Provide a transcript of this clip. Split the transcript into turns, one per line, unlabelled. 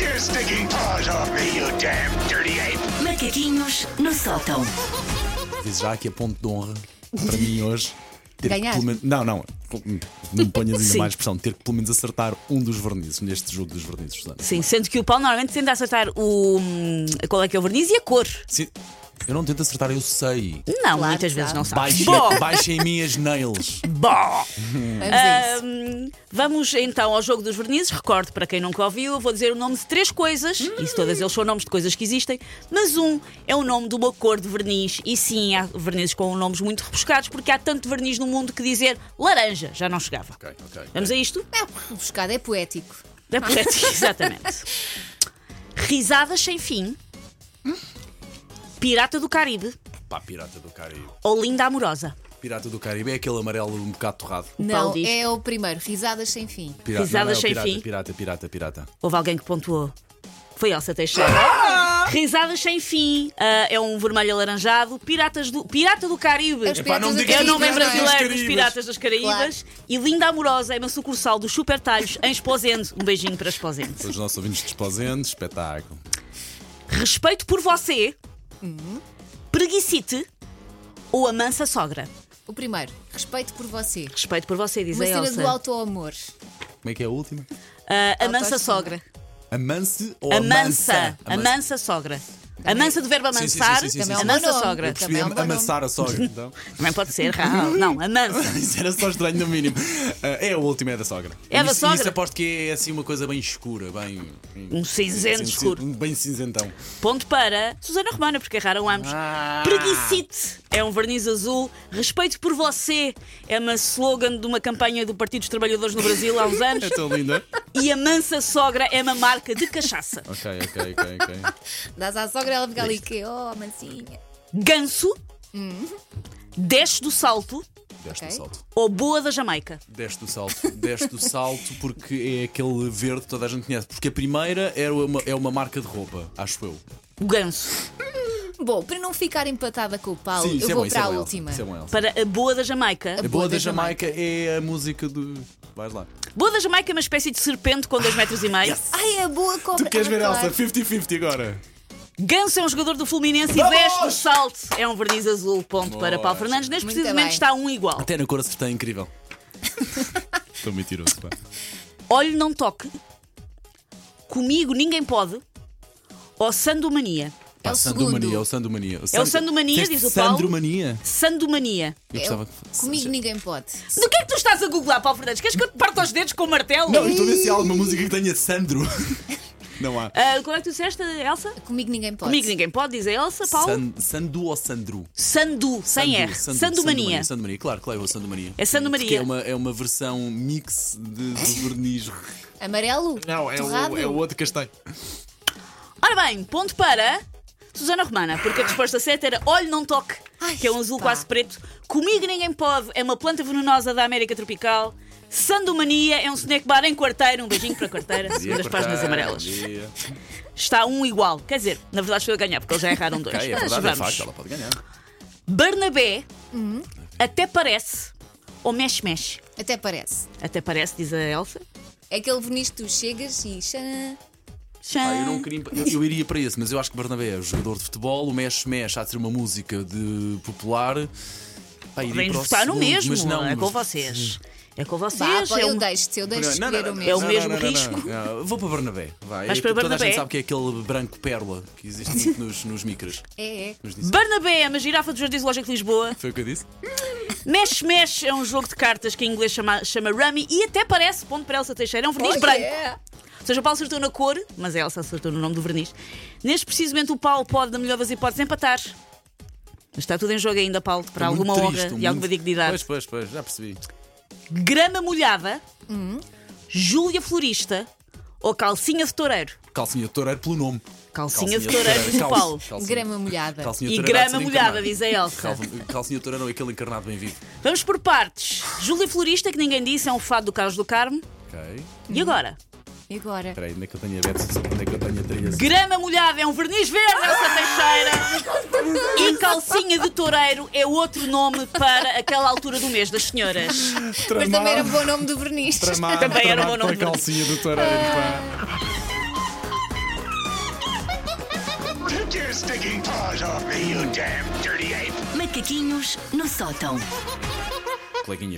your stinking paws off me, you damn dirty ape!
Macaquinhos no sótão.
Diz já que é ponto de honra para mim hoje. ter que
Ganhar.
pelo menos- não, não. Não me ponhas ainda
Sim.
mais pressão. Ter que pelo menos acertar um dos vernizes neste jogo dos vernizes, Susana.
Sim, sendo que o Paulo normalmente tenta acertar o. qual é que é o verniz e a cor.
Sim. Eu não tento acertar, eu sei.
Não,
Claro
muitas
que
vezes
sabe.
não sabe.
Baixem,
Bom,
baixem em mim as nails.
bom.
Vamos a isso.
Hum, vamos então ao jogo dos vernizes. Recordo para quem nunca ouviu, eu vou dizer o nome de três coisas, e se todas eles são nomes de coisas que existem, mas um é o nome de uma cor de verniz, e sim, há vernizes com nomes muito rebuscados, porque há tanto verniz no mundo que dizer laranja já não chegava.
Ok, ok.
Vamos a isto?
É rebuscado, é poético.
Da poética, exatamente. Risadas sem fim. Pirata do Caribe
Pá, pirata do Caribe.
ou Linda Amorosa?
Pirata do Caribe é aquele amarelo um bocado torrado.
Não,
Paulo diz.
é o primeiro, risadas sem fim.
Pirata,
Risadas
não, não,
sem
pirata,
fim.
Pirata, pirata, pirata.
Houve alguém que pontuou. Foi Elsa Teixeira.
Ah!
Risadas sem fim. Ah, é um vermelho alaranjado. Piratas do, Pirata do Caribe.
É os
Epá, não me
piratas do
digas
É o
Caribe,
isso,
nome em
não é?
Piratas dos
brasileiro dos
Caribas.
Piratas das Caraíbas. E Linda Amorosa é uma sucursal do Super Talhos em Esposende. Um beijinho para Esposende.
Os nossos ouvintes desposentes, espetáculo.
Respeito por você.
Hum.
Preguicite ou a mansa sogra.
O primeiro, respeito por você.
Respeito por você, diz
Uma
a
cena
Elsa.
do auto-amor.
Como é que é a última?
Ah, a mansa
Autoestima.
sogra.
Amance ou
A mansa.
amansa?
A mansa sogra. A mansa do verbo
Sim, sim, sim,
amansar.
sim, sim, sim,
A
sim.
mansa
Também é um bom
sogra.
nome.
Percebi,
Também é um bom
amassar a sogra. Então.
Também pode ser. Raul. Não, a mansa.
Isso era só estranho no mínimo. Ah, é a última, é da sogra.
É da
Isso-
sogra?
Isso aposto que é assim uma coisa bem escura, bem.
Um cinzento
assim,
escuro.
um Bem cinzentão.
Ponto para Susana Romana, porque erraram ambos.
Ah.
Preguicite é um verniz azul. Respeito por você é uma slogan de uma campanha do Partido dos Trabalhadores no Brasil há uns anos.
É tão linda.
E a mansa sogra é uma marca de cachaça.
ok, ok, ok, ok.
Dás à sogra, ela fica ali que, oh, mansinha.
Ganso, desce do salto
Deste
Ok.
o salto.
ou boa da Jamaica.
Deste o salto. Deste o salto porque é aquele verde que toda a gente conhece. Porque a primeira era uma, é uma marca de roupa, acho eu.
O ganso.
Bom, para não ficar empatada com o Paulo,
isso
eu
é
vou
bom, isso é
para a
bom, Elsa.
última.
Isso é bom, Elsa.
Para a boa da Jamaica.
A Boa da Jamaica é a música do. Vais lá.
Boa da Jamaica é uma espécie de serpente com 2 metros
Ah,
e meio.
Ai, é boa cobra.
Tu queres
Ah,
ver,
claro.
Elsa? 50-50 agora.
Ganso é um jogador do Fluminense
Vamos!
e veste o salto. É um verniz azul. Ponto
Boa.
para Paulo Fernandes. Neste
Muito
preciso
bem.
momento está um igual.
Até na cor se está incrível. Estou mentiroso, pá.
Olho não toque. Comigo ninguém pode. Ou sandomania.
É o
Sandomania, é o
segundo.
Sandomania.
É o Sandomania,
Disseste
diz o Paulo.
Sandomania.
Sandomania.
Eu
Eu-
gostava que.
Comigo ninguém pode.
Do que é que tu estás a googlar, Paulo Fernandes? Queres que eu te parta os dedos com o martelo?
Não, eu estou a ver se há alguma música que tenha Sandro. Não há.
Ah, como é que tu disseste, Elsa?
Comigo ninguém pode.
Comigo ninguém pode, diz a Elsa, Paulo.
San- Sandu ou Sandro?
Sandu, sem
Sandu,
R.
Sandu,
Sandomania.
Sandomania, claro, claro, é o Sandomania.
É Sandomania.
Porque É uma, é uma versão mix de, do verniz.
Amarelo?
é
Torrado?
outro castanho.
Ora bem, ponto para Susana Romana, porque a
Ah.
resposta certa era olho não toque,
Ai,
que é um azul
pá.
quase preto. Comigo ninguém pode, é uma planta venenosa da América Tropical. Sandomania é um snack bar em quarteira, um beijinho para a quarteira,
é
segundo as páginas amarelas. Está um igual, quer dizer, na verdade estou a ganhar, porque eles já erraram dois.
Ok, é
Mas
verdade, é
vamos.
facto, Uhum. ela pode ganhar.
Barnabé, até parece, ou mexe-mexe.
Até parece.
Até parece, diz a Elsa.
É aquele verniz que tu chegas e. xã.
Pá, eu,
Tchan.
não queria, eu iria para esse, mas eu acho que Bernabé é jogador de futebol, o Mesh Mesh há de ser uma música de popular. Pá, iria
Vêm
para o
votar no
segundo,
mesmo,
mas não,
é com
mas-
vocês. É com vocês.
Vá, pá,
é
eu
um-
deixo-te, eu deixo
Não, não,
escolher
não,
o
não,
meu.
É o
não,
mesmo
não, não, não,
risco?
não. Vou para Bernabé. Vai.
Vais
É
para
que Toda a
Bernabé?
gente sabe que é aquele branco pérola que existe muito nos, nos micras.
É, é.
Nos disse.
Barnabé é uma girafa do Jardim Zoológico de Lisboa.
Foi o que eu disse?
Mesh Mesh é um jogo de cartas que em inglês chama, chama Rummy e até parece, ponto para Elsa Teixeira, é um verniz
Oh,
branco.
yeah.
Ou seja, o Paulo acertou na cor, mas a Elsa acertou no nome do verniz. Neste preciso momento, o Paulo pode, na melhor das hipóteses, empatar. Mas está tudo em jogo ainda, Paulo, para
Muito
alguma
triste,
honra
um
e alguma
muito-
dignidade.
Pois, pois, pois, já percebi.
Grama molhada, Hum. Júlia Florista ou calcinha de toureiro?
Calcinha de toureiro pelo nome.
Calcinha, de toureiro, diz o
calcinha-
Paulo.
calcinha-
Grama molhada.
calcinha de
E
toureiro há de
grama
ser
molhada,
encarnado.
diz a Elsa.
Calcinha- Calcinha de toureiro ou aquele encarnado bem vivo.
Vamos por partes. Júlia Florista, que ninguém disse, é um fado do Carlos do Carmo.
Ok.
E agora?
E agora?
Espera aí, onde é que eu tenho a Betsis? Onde é que eu tenho a trilha?
Grama molhada é um verniz verde, Elsa Teixeira. E calcinha de toureiro é outro nome para aquela altura do mês das senhoras.
Mas também era um bom nome do verniz.
Também era um bom nome.
calcinha do toureiro, pá.
Take your stinking paws off me, you damn dirty ape!
Macaquinhos no sótão.
Coleguinha.